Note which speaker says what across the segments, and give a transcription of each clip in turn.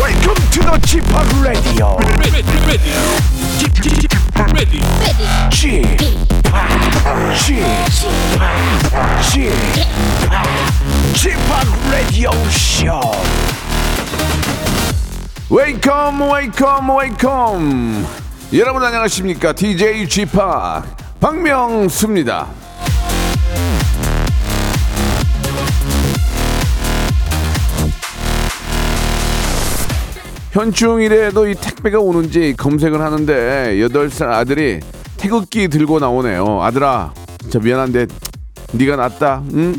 Speaker 1: Welcome to the g p o p Radio.
Speaker 2: ready, ready, ready, ready,
Speaker 1: g p o p g p o p g p o p Radio Show. Welcome, welcome, welcome. 여러분 안녕하십니까? DJ g p o p 박명수입니다. 현충일에도 이 택배가 오는지 검색을 하는데 여덟 살 아들이 태극기 들고 나오네요. 아들아, 진짜 미안한데 네가 낫다. 응?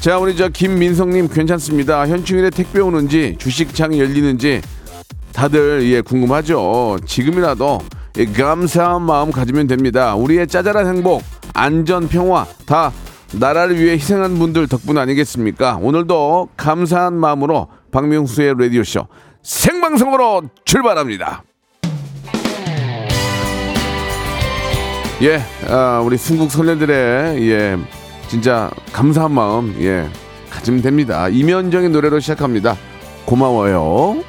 Speaker 1: 자, 우리 저 김민성님 괜찮습니다. 현충일에 택배 오는지 주식장 열리는지 다들 예 궁금하죠. 지금이라도 예, 감사한 마음 가지면 됩니다. 우리의 짜잘한 행복, 안전, 평화 다 나라를 위해 희생한 분들 덕분 아니겠습니까? 오늘도 감사한 마음으로 박명수의 라디오 쇼 생방송으로 출발합니다. 예, 아, 우리 순국 선례들의 예, 진짜 감사한 마음 예, 가지면 됩니다. 이면정의 노래로 시작합니다. 고마워요.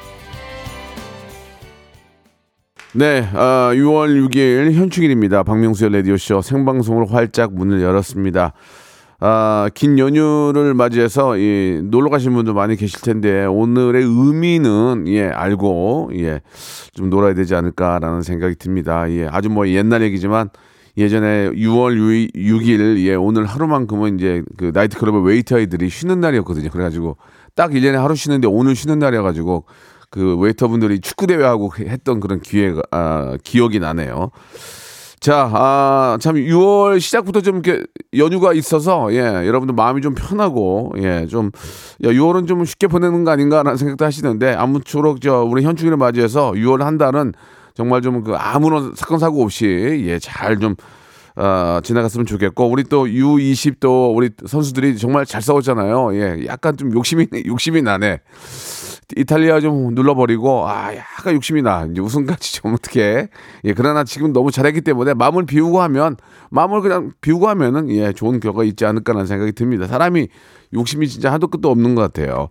Speaker 1: 네, 아, 6월 6일 현충일입니다. 박명수의 라디오쇼 생방송으로 활짝 문을 열었습니다. 아, 긴 연휴를 맞이해서 이, 놀러 가신 분들 많이 계실 텐데 오늘의 의미는 예, 알고 예, 좀 놀아야 되지 않을까라는 생각이 듭니다. 예, 아주 뭐 옛날 얘기지만 예전에 6월 6, 일 예, 오늘 하루만큼은 이제 그 나이트클럽의 웨이터 아이들이 쉬는 날이었거든요. 그래가지고 딱 일년에 하루 쉬는데 오늘 쉬는 날이어가지고 그 웨이터분들이 축구 대회하고 했던 그런 기회가 아, 기억이 나네요. 자, 아, 참 6월 시작부터 좀 이렇게 연휴가 있어서 예, 여러분들 마음이 좀 편하고 예, 좀 야, 6월은 좀 쉽게 보내는 거 아닌가라는 생각도 하시는데 아무쪼록 저 우리 현충일을 맞이해서 6월 한 달은 정말 좀 그 아무런 사건 사고 없이 예, 잘좀 어, 지나갔으면 좋겠고 우리 또 U20 또 우리 선수들이 정말 잘 싸웠잖아요. 예, 약간 좀 욕심이 욕심이 나네. 이탈리아 좀 눌러버리고 아 약간 욕심이 나 이제 우승까지 좀 어떻게 예 그러나 지금 너무 잘했기 때문에 마음을 비우고 하면 마음을 그냥 비우고 하면은 예 좋은 결과 있지 않을까라는 생각이 듭니다 사람이 욕심이 진짜 한도 끝도 없는 것 같아요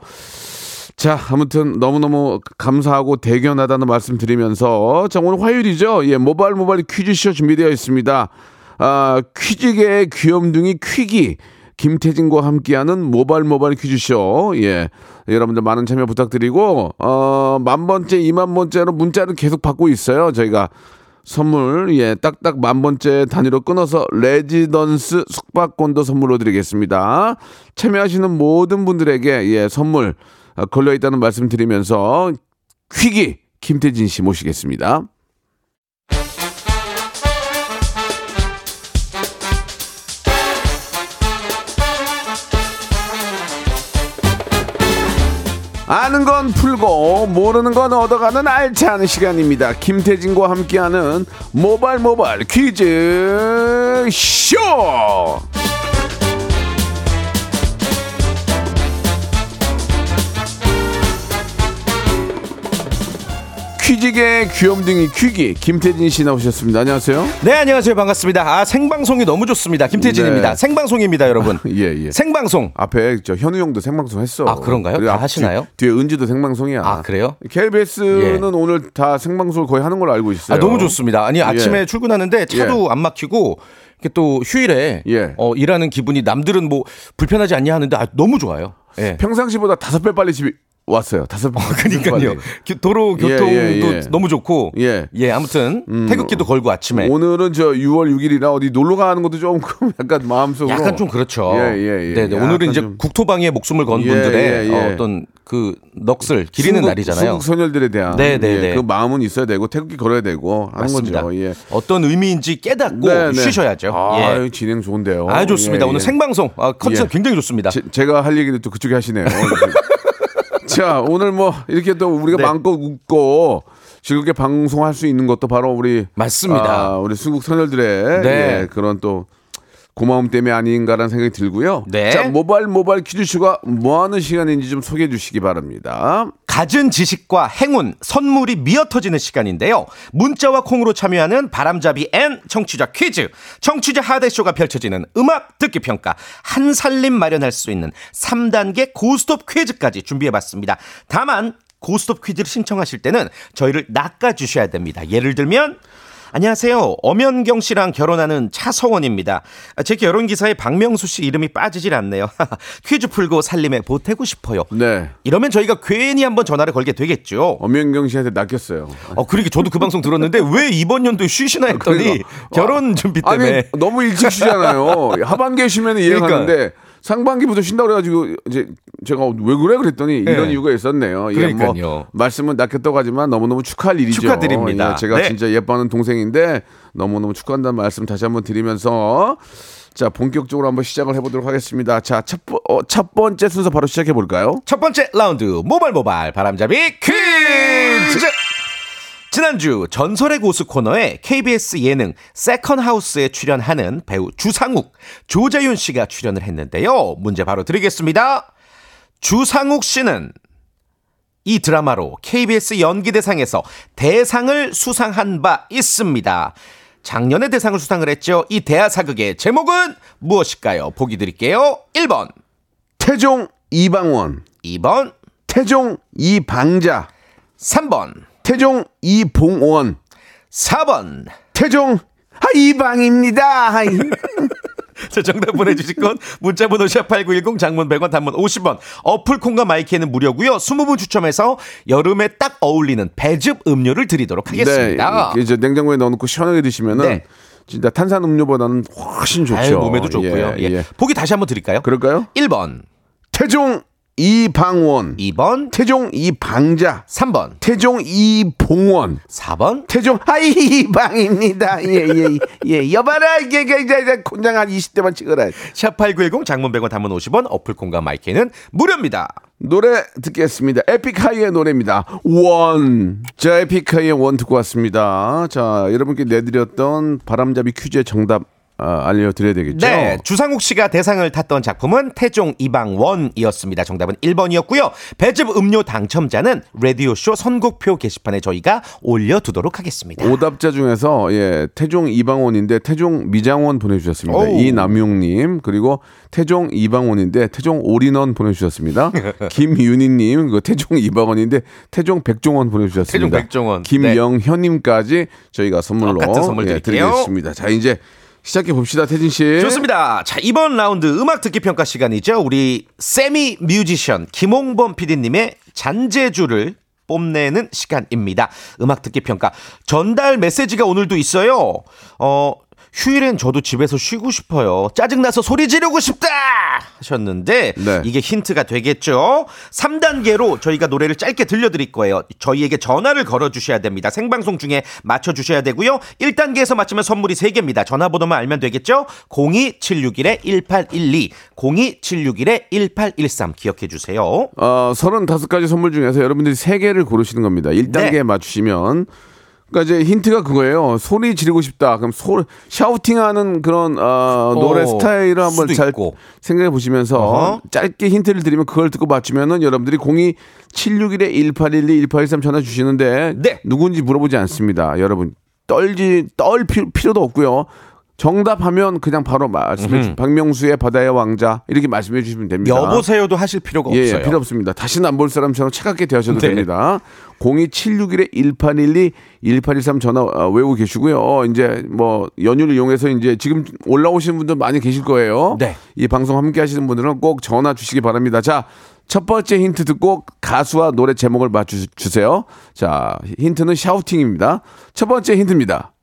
Speaker 1: 자, 아무튼 너무너무 감사하고 대견하다는 말씀 드리면서 자, 오늘 화요일이죠. 예, 모바일 모바일 퀴즈쇼 준비되어 있습니다. 아, 퀴즈계의 귀염둥이 퀴기 김태진과 함께하는 모바일 모바일 퀴즈쇼. 예. 여러분들 많은 참여 부탁드리고 어, 만 번째, 이만 번째로 문자를 계속 받고 있어요. 저희가 선물 예 딱딱 만 번째 단위로 끊어서 레지던스 숙박권도 선물로 드리겠습니다. 참여하시는 모든 분들에게 예 선물 아, 걸려 있다는 말씀 드리면서 퀴기 김태진 씨 모시겠습니다. 아는 건 풀고 모르는 건 얻어가는 알찬 시간입니다. 김태진과 함께하는 모발 모발 퀴즈 쇼. 퀴즈계 귀염둥이 퀴기 김태진 씨 나오셨습니다. 안녕하세요.
Speaker 3: 네, 안녕하세요. 반갑습니다. 아, 생방송이 너무 좋습니다. 김태진입니다.
Speaker 1: 네.
Speaker 3: 생방송입니다, 여러분.
Speaker 1: 예 예.
Speaker 3: 생방송.
Speaker 1: 앞에 저 현우 형도 생방송 했어.
Speaker 3: 아, 그런가요?
Speaker 1: 그리고
Speaker 3: 다
Speaker 1: 앞-
Speaker 3: 하시나요?
Speaker 1: 뒤, 뒤에 은지도 생방송이야.
Speaker 3: 아, 그래요?
Speaker 1: KBS는 오늘 다 생방송을 거의 하는 걸로 알고 있어요. 예.
Speaker 3: 예. 아, 너무 좋습니다. 아니, 아침에 출근하는데 차도 안 막히고 이렇게 또 휴일에
Speaker 1: 예.
Speaker 3: 어, 일하는 기분이 남들은 뭐 불편하지 않냐 하는데 아, 너무 좋아요. 예.
Speaker 1: 평상시보다 다섯 배 빨리 집에 왔어요. 다섯 배.
Speaker 3: 그러니까요.
Speaker 1: 빨리.
Speaker 3: 교- 도로 교통도
Speaker 1: 예, 예.
Speaker 3: 너무 좋고
Speaker 1: 예.
Speaker 3: 아무튼 태극기도 걸고 아침에
Speaker 1: 오늘은 저 6월 6일이라 어디 놀러 가는 것도 조금 약간 마음속으로
Speaker 3: 약간 좀 그렇죠.
Speaker 1: 예, 예, 예.
Speaker 3: 네, 네.
Speaker 1: 약간
Speaker 3: 오늘은 이제
Speaker 1: 좀
Speaker 3: 국토방위에 목숨을 건
Speaker 1: 예,
Speaker 3: 분들의
Speaker 1: 예, 예.
Speaker 3: 어, 떤그 넋을 기리는
Speaker 1: 순국-
Speaker 3: 날이잖아요.
Speaker 1: 순국 선열들에 대한
Speaker 3: 네, 네,
Speaker 1: 예,
Speaker 3: 네.
Speaker 1: 그 마음은 있어야 되고 태극기 걸어야 되고 하는
Speaker 3: 맞습니다.
Speaker 1: 거죠. 예.
Speaker 3: 어떤 의미인지 깨닫고
Speaker 1: 네, 네.
Speaker 3: 쉬셔야죠.
Speaker 1: 아,
Speaker 3: 예.
Speaker 1: 진행 좋은데요.
Speaker 3: 아 좋습니다.
Speaker 1: 예,
Speaker 3: 오늘
Speaker 1: 예.
Speaker 3: 생방송 아, 컨셉
Speaker 1: 예.
Speaker 3: 굉장히 좋습니다.
Speaker 1: 제, 제가 할 얘기는 또 그쪽에 하시네요. 자, 오늘 뭐 이렇게 또 우리가
Speaker 3: 네.
Speaker 1: 마음껏 웃고 즐겁게 방송할 수 있는 것도 바로 아, 우리
Speaker 3: 맞습니다.
Speaker 1: 아, 우리 순국 선열들의
Speaker 3: 네.
Speaker 1: 예, 그런 또 고마움 때문에 아닌가라는 생각이 들고요.
Speaker 3: 네.
Speaker 1: 자, 모발 모발 퀴즈쇼가 뭐 하는 시간인지 좀 소개해 주시기 바랍니다.
Speaker 3: 갖은 지식과 행운, 선물이 미어터지는 시간인데요. 문자와 콩으로 참여하는 바람잡이 앤 청취자 퀴즈, 청취자 하대쇼가 펼쳐지는 음악 듣기 평가, 한 살림 마련할 수 있는 3단계 고스톱 퀴즈까지 준비해봤습니다. 다만 고스톱 퀴즈를 신청하실 때는 저희를 낚아주셔야 됩니다. 예를 들면 안녕하세요. 엄연경 씨랑 결혼하는 차성원입니다. 아, 제 결혼 기사에 박명수 씨 이름이 빠지질 않네요. 퀴즈 풀고 살림에 보태고 싶어요.
Speaker 1: 네.
Speaker 3: 이러면 저희가 괜히 한번 전화를 걸게 되겠죠.
Speaker 1: 엄연경 씨한테 낚였어요.
Speaker 3: 어, 그러니까 저도 그 방송 들었는데 왜 이번 연도에 쉬시나 했더니
Speaker 1: 그러니까.
Speaker 3: 결혼 준비 때문에 그러니까.
Speaker 1: 아니, 너무 일찍 쉬잖아요. 하반기에 쉬면 이해하는데 상반기부터 쉰다고 그래가지고 이제 제가 왜 그래 그랬더니 이런
Speaker 3: 예.
Speaker 1: 이유가 있었네요. 예, 뭐
Speaker 3: 그러니까요.
Speaker 1: 말씀은 낚였다고 하지만 너무너무 축하할 일이죠.
Speaker 3: 축하드립니다.
Speaker 1: 예, 제가
Speaker 3: 네.
Speaker 1: 진짜 예뻐하는 동생인데 너무너무 축하한다는 말씀 다시 한번 드리면서 자 본격적으로 한번 시작을 해보도록 하겠습니다. 자첫 첫 번째 순서 바로 시작해 볼까요?
Speaker 3: 첫 번째 라운드 모발 모발 바람잡이 퀴즈. 지난주 전설의 고수 코너에 KBS 예능 세컨 하우스에 출연하는 배우 주상욱, 조재윤 씨가 출연을 했는데요. 문제 바로 드리겠습니다. 주상욱 씨는 이 드라마로 KBS 연기대상에서 대상을 수상한 바 있습니다. 작년에 대상을 수상을 했죠. 이 대하사극의 제목은 무엇일까요? 보기 드릴게요. 1번,
Speaker 1: 태종 이방원,
Speaker 3: 2번,
Speaker 1: 태종 이방자,
Speaker 3: 3번,
Speaker 1: 태종 이봉원,
Speaker 3: 4번.
Speaker 1: 태종 아, 이방입니다. 아이.
Speaker 3: 자, 정답 보내주실 건 문자번호 샵8910 장문 100원 단문 50원 어플콘과 마이키에는 무료고요 20분 추첨해서 여름에 딱 어울리는 배즙 음료를 드리도록 하겠습니다
Speaker 1: 네, 이제 냉장고에 넣어놓고 시원하게 드시면은
Speaker 3: 네.
Speaker 1: 진짜 탄산 음료보다는 훨씬 좋죠.
Speaker 3: 아유, 몸에도 좋고요
Speaker 1: 예,
Speaker 3: 예,
Speaker 1: 예.
Speaker 3: 보기 다시 한번 드릴까요?
Speaker 1: 그럴까요?
Speaker 3: 1번
Speaker 1: 태종 이방원,
Speaker 3: 2번
Speaker 1: 태종 이방자,
Speaker 3: 3번
Speaker 1: 태종 이봉원,
Speaker 3: 4번
Speaker 1: 태종 아이방입니다. 예예예 여봐라 이게 이게 이제 이제 곤장 한 20대만 찍어라.
Speaker 3: 샵8910 장문 100원 단문 50원 어플콘과 마이키에는 무료입니다
Speaker 1: 노래 듣겠습니다. 에픽하이의 노래입니다. 원. 자, 에픽하이의 원 듣고 왔습니다. 자, 여러분께 내드렸던 바람잡이 퀴즈의 정답 아, 알려드려야 되겠죠?
Speaker 3: 네, 주상욱 씨가 대상을 탔던 작품은 태종 이방원이었습니다. 정답은 1번이었고요. 배즙 음료 당첨자는 라디오 쇼 선곡표 게시판에 저희가 올려두도록 하겠습니다.
Speaker 1: 오답자 중에서 예 태종 이방원인데 태종 미장원 보내주셨습니다.
Speaker 3: 오우.
Speaker 1: 이남용님 그리고 태종 이방원인데 태종 오린원 보내주셨습니다. 김윤희님 그 태종 이방원인데 태종 백종원 보내주셨습니다.
Speaker 3: 태종 백종원.
Speaker 1: 김영현님까지 저희가 선물로
Speaker 3: 똑같은 선물
Speaker 1: 예,
Speaker 3: 드릴게요.
Speaker 1: 드리겠습니다. 자 이제 시작해 봅시다 태진 씨.
Speaker 3: 좋습니다. 자, 이번 라운드 음악 듣기 평가 시간이죠. 우리 세미 뮤지션 김홍범 PD님의 잔재주를 뽐내는 시간입니다. 음악 듣기 평가. 전달 메시지가 오늘도 있어요. 어, 휴일엔 저도 집에서 쉬고 싶어요. 짜증나서 소리 지르고 싶다! 하셨는데,
Speaker 1: 네.
Speaker 3: 이게 힌트가 되겠죠? 3단계로 저희가 노래를 짧게 들려드릴 거예요. 저희에게 전화를 걸어주셔야 됩니다. 생방송 중에 맞춰주셔야 되고요. 1단계에서 맞추면 선물이 3개입니다. 전화번호만 알면 되겠죠? 02761-1812, 02761-1813 기억해주세요.
Speaker 1: 어, 35가지 선물 중에서 여러분들이 세개를 고르시는 겁니다. 1단계에
Speaker 3: 네.
Speaker 1: 맞추시면. 그러니까 이제 힌트가 그거예요. 소리 지르고 싶다. 그럼 소 샤우팅하는 그런 어, 노래
Speaker 3: 어,
Speaker 1: 스타일을 한번
Speaker 3: 수도
Speaker 1: 잘
Speaker 3: 있고.
Speaker 1: 생각해 보시면서
Speaker 3: 어허.
Speaker 1: 짧게 힌트를 드리면 그걸 듣고 맞추면은 여러분들이 02 761에 1812 1813 전화 주시는데
Speaker 3: 네.
Speaker 1: 누군지 물어보지 않습니다. 여러분 떨지 떨 필- 필요도 없고요. 정답하면 그냥 바로 말씀해 주. 박명수의 바다의 왕자 이렇게 말씀해 주시면 됩니다.
Speaker 3: 여보세요도 하실 필요가
Speaker 1: 예,
Speaker 3: 없어요.
Speaker 1: 필요 없습니다. 다시는 안 볼 사람처럼 차갑게 대하셔도
Speaker 3: 네.
Speaker 1: 됩니다. 02761-1812, 1813 전화 어, 외우고 계시고요. 어, 이제 뭐 연휴를 이용해서 이제 지금 올라오시는 분들 많이 계실 거예요.
Speaker 3: 네.
Speaker 1: 이 방송 함께 하시는 분들은 꼭 전화 주시기 바랍니다. 자, 첫 번째 힌트 듣고 가수와 노래 제목을 맞추세요. 자, 힌트는 샤우팅입니다. 첫 번째 힌트입니다.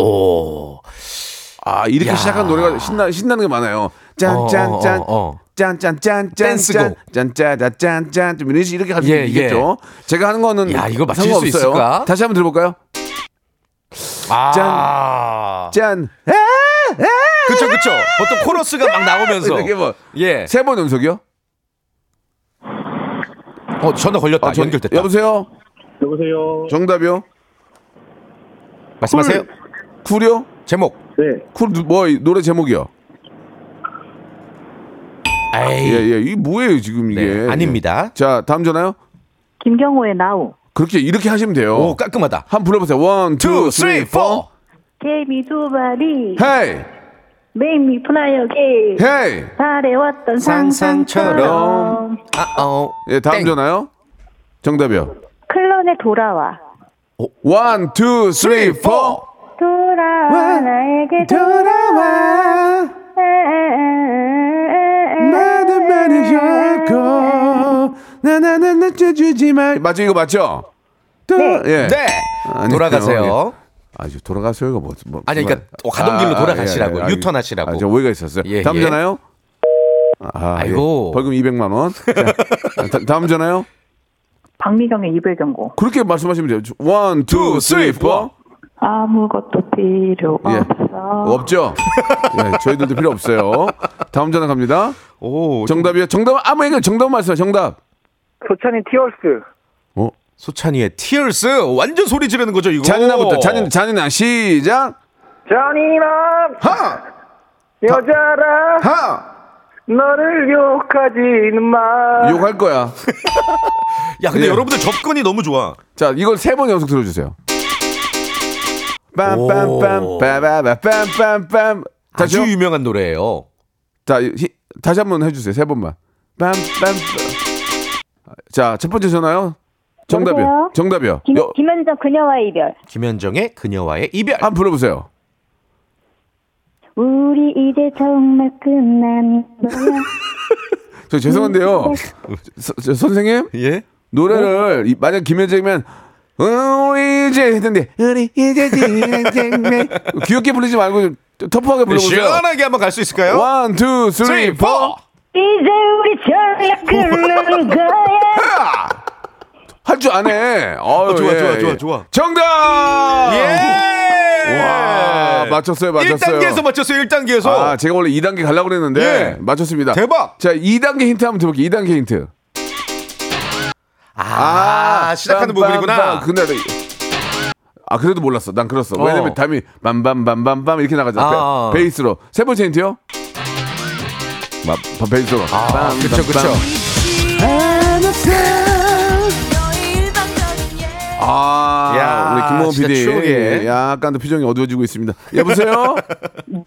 Speaker 3: 오.
Speaker 1: 아, 이렇게
Speaker 3: 야.
Speaker 1: 시작한 노래가 신나, 신나는 게 많아요. 짠짠짠.
Speaker 3: 어, 어, 어, 어.
Speaker 1: 짠짠짠짠
Speaker 3: 댄스곡.
Speaker 1: 짠짜짜짠짠 좀 이런 식으로 이렇게 갈수
Speaker 3: 예,
Speaker 1: 있겠죠. 제가 하는 거는
Speaker 3: 야, 이거 맞힐
Speaker 1: 상관없어요.
Speaker 3: 수 있을까?
Speaker 1: 다시 한번 들어볼까요?
Speaker 3: 아.
Speaker 1: 짠.
Speaker 3: 그쵸, 그쵸. 보통 코러스가 막 나오면서.
Speaker 1: 이렇게 뭐 세 번
Speaker 3: 예.
Speaker 1: 연속이요?
Speaker 3: 어, 전화 걸렸다.
Speaker 1: 저-
Speaker 3: 연결됐다.
Speaker 1: 아, 여보세요.
Speaker 4: 여보세요.
Speaker 1: 정답이요.
Speaker 3: 말씀하세요.
Speaker 1: 예. 쿨요.
Speaker 3: 제목.
Speaker 4: 네.
Speaker 1: 쿨, 누- 뭐, 이 노래 제목이요?
Speaker 3: 에이.
Speaker 1: 예, 예. 이 뭐예요, 지금 이게? 예.
Speaker 3: 네, 아닙니다.
Speaker 1: 자, 다음 전화요?
Speaker 5: 김경호의 나우.
Speaker 1: 그렇게, 이렇게 하시면 돼요.
Speaker 3: 오, 깔끔하다.
Speaker 1: 한번 불러보세요. 원, 투, 쓰리, 포.
Speaker 5: Take me to Bali,
Speaker 1: 헤이!
Speaker 5: make me fly again.
Speaker 1: 헤이!
Speaker 5: 바래왔던
Speaker 3: 상상처럼.
Speaker 5: 상상처럼
Speaker 3: 아, 어.
Speaker 1: 예, 다음
Speaker 3: 땡.
Speaker 1: 전화요? 정답이요.
Speaker 5: 클론에 돌아와.
Speaker 1: 원, 투, 쓰리, 포.
Speaker 5: 돌아와 나에게
Speaker 1: 돌아와. 나도 많이 열고 나나나나 쪄주지 마 예, 맞죠 이거 맞죠? 또, 예.
Speaker 3: 네.
Speaker 1: 아니요.
Speaker 3: 돌아가세요.
Speaker 1: 아, 이제 돌아가세요가 뭐, 뭐
Speaker 3: 아니, 그러니까
Speaker 1: 뭐-
Speaker 3: 가던 길로 돌아가시라고요.
Speaker 1: 아,
Speaker 3: 유턴하시라고.
Speaker 1: 아, 저 오해가 있었어요.
Speaker 3: 예,
Speaker 1: 다음
Speaker 3: 예.
Speaker 1: 전화요? 아,
Speaker 3: 아이고.
Speaker 1: 예. 벌금 200만 원. 자, 다- 다음 전화요?
Speaker 5: 박미경의 이별 경고.
Speaker 1: 그렇게 말씀하시면 돼요. 원, 투, 쓰리, 포.
Speaker 5: 아무것도 필요
Speaker 1: 예.
Speaker 5: 없어.
Speaker 1: 없죠? 예, 저희들도 필요 없어요. 다음 전화 갑니다.
Speaker 3: 오,
Speaker 1: 정답이요. 정답 아무 얘기 정답 말씀 정답.
Speaker 4: 소찬이 티얼스.
Speaker 1: 어?
Speaker 3: 소찬이의 티얼스 완전 소리 지르는 거죠, 이거.
Speaker 1: 잔인아부터 잔인 잔인아 시작.
Speaker 4: 잔인한
Speaker 1: 하!
Speaker 4: 여자라
Speaker 1: 하!
Speaker 4: 너를 욕하지는 마.
Speaker 1: 욕할 거야.
Speaker 3: 야, 근데
Speaker 1: 예.
Speaker 3: 여러분들 접근이 너무 좋아.
Speaker 1: 자, 이걸 세 번 연속 들어 주세요. 빰빰빰 빠바바빰빰빰 다시
Speaker 3: 아주 유명한 노래예요.
Speaker 1: 자, 히- 다시 한 번 해 주세요. 세 번만. 빰빰 자, 첫 번째 전화요. 정답이요.
Speaker 5: 여보세요?
Speaker 1: 정답이요.
Speaker 5: 김,
Speaker 1: 여-
Speaker 5: 김현정 그녀와의 이별.
Speaker 3: 김현정의 그녀와의 이별.
Speaker 1: 한번 불러 보세요.
Speaker 5: 우리 이제 정말 끝난 거야.
Speaker 1: 저 죄송한데요. 서- 저 선생님?
Speaker 3: 예?
Speaker 1: 노래를 이- 만약 김현정이면 음, 우리 이제 했는데 우리 이제 진행됐네. 귀엽게 부르지 말고 좀 터프하게 불러보세요.
Speaker 3: 시원하게 한번 갈 수 있을까요?
Speaker 1: 원, 투, 쓰리, 포.
Speaker 5: 이제 우리 정말 끝난
Speaker 1: 아!
Speaker 5: 거야.
Speaker 1: 할 줄 아네. 어유,
Speaker 3: 좋아,
Speaker 1: 예,
Speaker 3: 좋아, 좋아,
Speaker 1: 예.
Speaker 3: 좋아.
Speaker 1: 정답.
Speaker 3: 예!
Speaker 1: 와, 맞췄어요, 맞췄어요.
Speaker 3: 1단계에서 맞췄어요, 1단계에서.
Speaker 1: 아, 제가 원래 2단계 가려고 그랬는데
Speaker 3: 예.
Speaker 1: 맞췄습니다.
Speaker 3: 대박!
Speaker 1: 자, 2단계 힌트 한번 들어볼게요. 2단계 힌트.
Speaker 3: 아, 시작하는
Speaker 1: 빰빰빰.
Speaker 3: 부분이구나.
Speaker 1: 근데 아 그래도 몰랐어. 난 그랬어.
Speaker 3: 어.
Speaker 1: 왜냐면 담이 빰빰빰빰빰 이렇게 나가잖아.
Speaker 3: 아.
Speaker 1: 베, 이스로세 번째 힌트요. 마, 바- 베이스로.
Speaker 3: 아,
Speaker 1: 빰,
Speaker 3: 그쵸,
Speaker 1: 빰,
Speaker 3: 그쵸.
Speaker 1: 빰. 아,
Speaker 3: 야,
Speaker 1: 우리
Speaker 3: 진짜
Speaker 1: 김모원 PD.
Speaker 3: 추억이에.
Speaker 1: 예, 약간 더 표정이 어두워지고 있습니다. 여보세요?
Speaker 5: 네.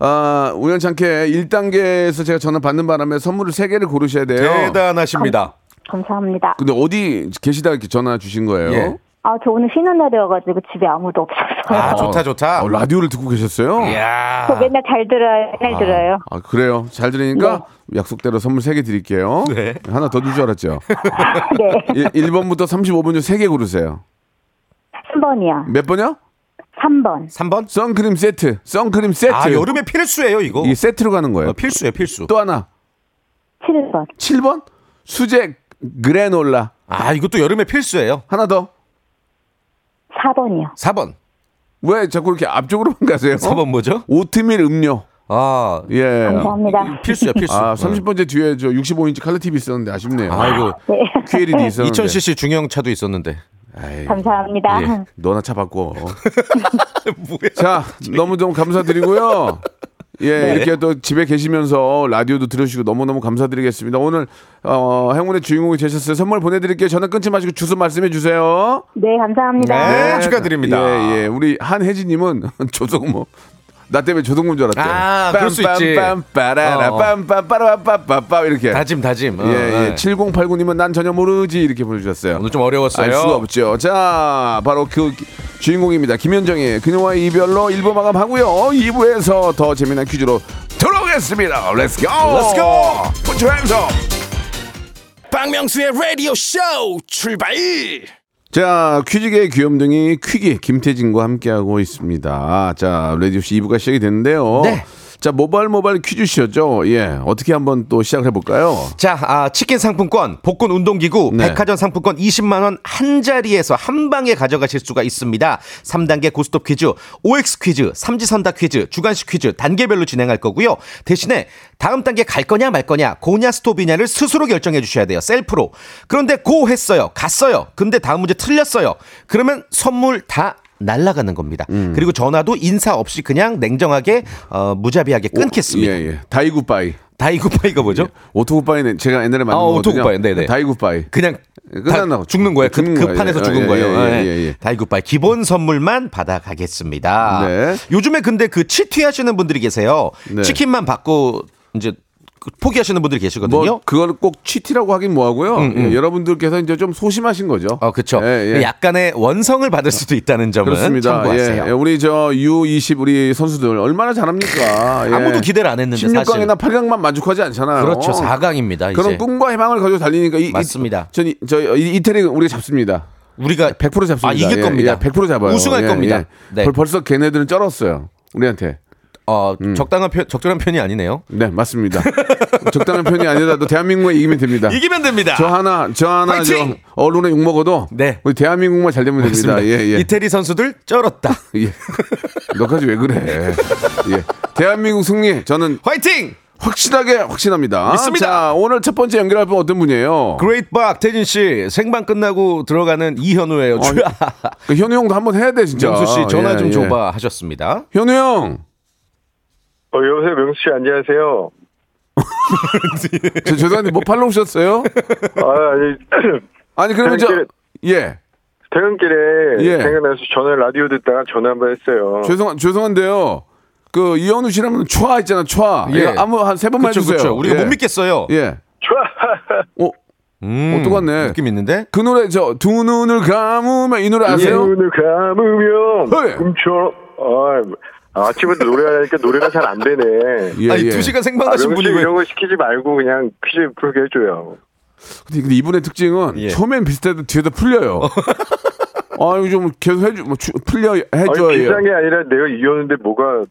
Speaker 1: 아, 우연찮게 1단계에서 제가 전화 받는 바람에 선물을 세개를 고르셔야 돼요.
Speaker 3: 대단하십니다.
Speaker 5: 감사합니다.
Speaker 1: 근데 어디 계시다 이렇게 전화 주신 거예요?
Speaker 3: 예.
Speaker 5: 아 저 오늘 쉬는 날이어가지고 집에 아무도 없어서.
Speaker 3: 아, 좋다, 좋다. 예.
Speaker 1: 어, 라디오를 듣고 계셨어요?
Speaker 5: 저
Speaker 3: 이야.
Speaker 5: 맨날 잘 들어요. 맨날 들어요.
Speaker 1: 아 그래요 잘 들으니까 약속대로 선물 세 개 드릴게요
Speaker 3: 네.
Speaker 1: 하나 더 줄 줄 알았죠
Speaker 5: 네.
Speaker 3: 예.
Speaker 1: 1, 번부터 35번 중 세 개 고르세요
Speaker 5: 3번이요.
Speaker 1: 몇 번이요?
Speaker 5: 3번.
Speaker 3: 3번?
Speaker 1: 선크림 세트 선크림 세트
Speaker 3: 아, 여름에 필수예요, 이거.
Speaker 1: 이게 세트로 가는 거예요
Speaker 3: 어, 필수예요, 필수.
Speaker 1: 또 하나
Speaker 5: 7번.
Speaker 1: 7번 수제 그래놀라
Speaker 3: 아, 이것도 여름에 필수예요.
Speaker 1: 하나 더 왜
Speaker 5: 4번이요.
Speaker 3: 4번.
Speaker 1: 자꾸 이렇게 앞쪽으로만 가세요?
Speaker 3: 4번 뭐죠?
Speaker 1: 오트밀 음료
Speaker 3: 아,
Speaker 1: 예.
Speaker 5: 감사합니다.
Speaker 3: 필수야, 필수.
Speaker 1: 아 30번째 뒤에 저 65인치 칼라 TV 있었는데 아쉽네요
Speaker 3: 아이고.
Speaker 1: QLED 있었는데
Speaker 3: 2000cc 중형차도 있었는데.
Speaker 5: 감사합니다.
Speaker 3: 예.
Speaker 1: 너나 차 바꿔. 자, 너무 너무 감사드리고요. 예,
Speaker 3: 네.
Speaker 1: 이렇게 또 집에 계시면서 라디오도 들으시고 너무너무 감사드리겠습니다. 오늘 어, 행운의 주인공이 되셨어요. 선물 보내드릴게요. 전화 끊지 마시고 주소 말씀해 주세요.
Speaker 5: 네 감사합니다.
Speaker 3: 네. 축하드립니다.
Speaker 1: 예, 예. 우리 한혜진님은 조성모. 뭐, 나 때문에 조성모인 줄 알았대.
Speaker 3: 아, 그럴 수 있지.
Speaker 1: 빰빰빰 빠라라
Speaker 3: 어.
Speaker 1: 빰빰 빠라빠빠빠 이렇게.
Speaker 3: 다짐, 다짐. 어,
Speaker 1: 예, 예.
Speaker 3: 네.
Speaker 1: 7089님은 난 전혀 모르지 이렇게 보내주셨어요.
Speaker 3: 오늘 좀 어려웠어요.
Speaker 1: 알 수가 없죠. 자, 바로 그 기- 주인공입니다. 김현정의 그녀와의 이별로 1부 마감하고요. 2부에서 더 재미난 퀴즈로 돌아오겠습니다. Let's go!
Speaker 3: Let's go!
Speaker 1: Put your hands up!
Speaker 2: 박명수의 라디오 쇼 출발
Speaker 1: 자, 퀴즈계의 귀염둥이 퀴기 김태진과 함께하고 있습니다. 자, 레디오씨 2부가 시작이 됐는데요.
Speaker 3: 네.
Speaker 1: 자, 모발 모발 퀴즈쇼죠. 예, 어떻게 한번 또 시작을 해볼까요?
Speaker 3: 자, 아, 치킨 상품권, 복권 운동기구,
Speaker 1: 네.
Speaker 3: 백화점 상품권 20만원 한 자리에서 한 방에 가져가실 수가 있습니다. 3단계 고스톱 퀴즈, OX 퀴즈, 삼지선다 퀴즈, 주간식 퀴즈 단계별로 진행할 거고요. 대신에 다음 단계 갈 거냐 말 거냐, 고냐 스톱이냐를 스스로 결정해 주셔야 돼요. 셀프로. 그런데 고 했어요. 갔어요. 근데 다음 문제 틀렸어요. 그러면 선물 다 날아가는 겁니다.
Speaker 1: 음.
Speaker 3: 그리고 전화도 인사 없이 그냥 냉정하게 어, 무자비하게 끊겠습니다.
Speaker 1: 예, 예. 다이굿바이.
Speaker 3: 다이구파이가 뭐죠?
Speaker 1: 오토굿바이는 제가 옛날에 만든
Speaker 3: 아,
Speaker 1: 거거든요.
Speaker 3: 오토굿바이. 네네.
Speaker 1: 다이굿바이.
Speaker 3: 그냥
Speaker 1: 끝났나
Speaker 3: 다- 죽는 거예요. 급,
Speaker 1: 죽는 거예요.
Speaker 3: 급판에서
Speaker 1: 예,
Speaker 3: 죽은
Speaker 1: 예,
Speaker 3: 거예요.
Speaker 1: 예, 예, 예.
Speaker 3: 다이굿바이 기본 선물만 받아가겠습니다.
Speaker 1: 네.
Speaker 3: 요즘에 근데 그 치퇴하시는 분들이 계세요.
Speaker 1: 네.
Speaker 3: 치킨만 받고 이제 그 포기하시는 분들이 계시거든요.
Speaker 1: 뭐 그걸 꼭 취티라고 하긴 뭐하고요. 예, 여러분들께서 이제 좀 소심하신 거죠.
Speaker 3: 어, 음, 그렇죠.
Speaker 1: 예, 예.
Speaker 3: 약간의 원성을 받을 수도 있다는 점은
Speaker 1: 그렇습니다.
Speaker 3: 참고하세요.
Speaker 1: 예, 예, 우리 저 U20 우리 선수들 얼마나 잘합니까? 예.
Speaker 3: 아무도 기대를 안 했는데
Speaker 1: 16강이나 8강만 만족하지 않잖아요.
Speaker 3: 그렇죠. 4강입니다.
Speaker 1: 그런
Speaker 3: 이제
Speaker 1: 꿈과 희망을 가지고 달리니까 이,
Speaker 3: 맞습니다.
Speaker 1: 이, 전, 이- 저 이- 이태리 우리가 잡습니다.
Speaker 3: 우리가
Speaker 1: 100% 잡습니다.
Speaker 3: 아, 이길
Speaker 1: 예,
Speaker 3: 겁니다.
Speaker 1: 예, 100% 잡아요.
Speaker 3: 우승할
Speaker 1: 예,
Speaker 3: 겁니다.
Speaker 1: 예.
Speaker 3: 네.
Speaker 1: 벌, 벌써 걔네들은 쩔었어요. 우리한테.
Speaker 3: 어, 적당한 편, 적절한 편이 아니네요.
Speaker 1: 네, 맞습니다. 적당한 편이 아니라도 대한민국에 이기면 됩니다.
Speaker 3: 이기면 됩니다.
Speaker 1: 저 하나, 저 하나, 저
Speaker 3: 파이팅!
Speaker 1: 언론에 욕 먹어도
Speaker 3: 네.
Speaker 1: 우리 대한민국만 잘 되면 됩니다.
Speaker 3: 맞습니다.
Speaker 1: 예, 예.
Speaker 3: 이태리 선수들 쩔었다.
Speaker 1: 예. 너까지 왜 그래? 예. 대한민국 승리 저는
Speaker 3: 화이팅!
Speaker 1: 확실하게 확신합니다.
Speaker 3: 믿습니다.
Speaker 1: 자, 오늘 첫 번째 연결할 분 어떤 분이에요?
Speaker 3: 그레이트 박 태진 씨 생방 끝나고 들어가는 이현우예요. 아,
Speaker 1: 그 현우 형도 한번 해야 돼 진짜.
Speaker 3: 명수 씨 전화
Speaker 1: 예,
Speaker 3: 좀
Speaker 1: 예.
Speaker 3: 줘봐 하셨습니다.
Speaker 1: 현우 형,
Speaker 6: 어, 여보세요, 명수 씨, 안녕하세요.
Speaker 1: 저 죄송한데 뭐 팔러 오셨어요?
Speaker 6: 아, 아니,
Speaker 1: 아니 그러면 저
Speaker 6: 아니,
Speaker 1: 예.
Speaker 6: 퇴근길에
Speaker 1: 예.
Speaker 6: 생각나서 전화 라디오 듣다가 전화 한 번 했어요.
Speaker 1: 죄송 죄송한데요. 그 이현우 씨라면 촤 있잖아 촤.
Speaker 3: 예.
Speaker 1: 예. 아무 한 세 번만
Speaker 3: 그렇죠,
Speaker 1: 해주세요.
Speaker 3: 그렇죠. 우리가
Speaker 1: 예.
Speaker 3: 못 믿겠어요.
Speaker 1: 예.
Speaker 6: 좋아.
Speaker 1: 어,
Speaker 3: 음,
Speaker 1: 어, 똑같네.
Speaker 3: 느낌 있는데.
Speaker 1: 그 노래 저 두 눈을 감으면 이 노래 아세요?
Speaker 6: 눈을 감으면
Speaker 1: 헐.
Speaker 6: 꿈처럼. 아, 아침부터 노래하니까 노래가 잘 안 되네.
Speaker 1: 예,
Speaker 3: 아니
Speaker 1: 예.
Speaker 3: 두 시간 생방
Speaker 6: 아,
Speaker 3: 하신
Speaker 6: 명수 씨
Speaker 3: 분이 왜?
Speaker 6: 이런 거 시키지 말고 그냥 퀴즈 풀게 해줘요.
Speaker 1: 근데, 근데 이분의 특징은
Speaker 3: 예. 어.
Speaker 1: 처음엔 비슷해도 뒤에다 풀려요. 아, 이거 좀 계속 해줘, 뭐, 주- 풀려
Speaker 6: 아니,
Speaker 1: 해줘요.
Speaker 6: 비싼 게 아니라 내가 이겼는데 뭐가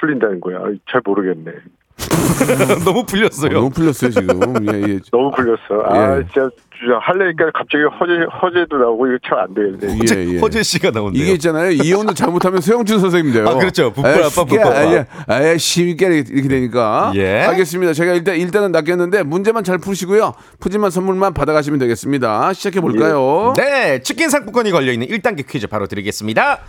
Speaker 6: 풀린다는 거야. 아이, 잘 모르겠네.
Speaker 3: 너무
Speaker 1: 어,
Speaker 3: 풀렸어요.
Speaker 1: 너무 풀렸어요 지금. 예, 예.
Speaker 6: 너무 풀렸어. 아,
Speaker 1: 예.
Speaker 6: 진짜, 진짜 할래니까 갑자기 허재, 허재도 나오고 이거 참 안 되겠네.
Speaker 1: 예, 예.
Speaker 3: 허재 씨가 나온대요.
Speaker 1: 이게 있잖아요. 이혼을 잘못하면 서영준 선생님 돼요.
Speaker 3: 아, 그렇죠. 붓불 아빠, 붓불 아빠.
Speaker 1: 아예 아예 쉽게 이렇게 되니까.
Speaker 3: 예.
Speaker 1: 알겠습니다. 제가 일단 일단은 낚였는데 문제만 잘 푸시고요. 푸짐한 선물만 받아가시면 되겠습니다. 시작해 볼까요?
Speaker 3: 네, 치킨 상품권이 걸려있는 1단계 퀴즈 바로 드리겠습니다.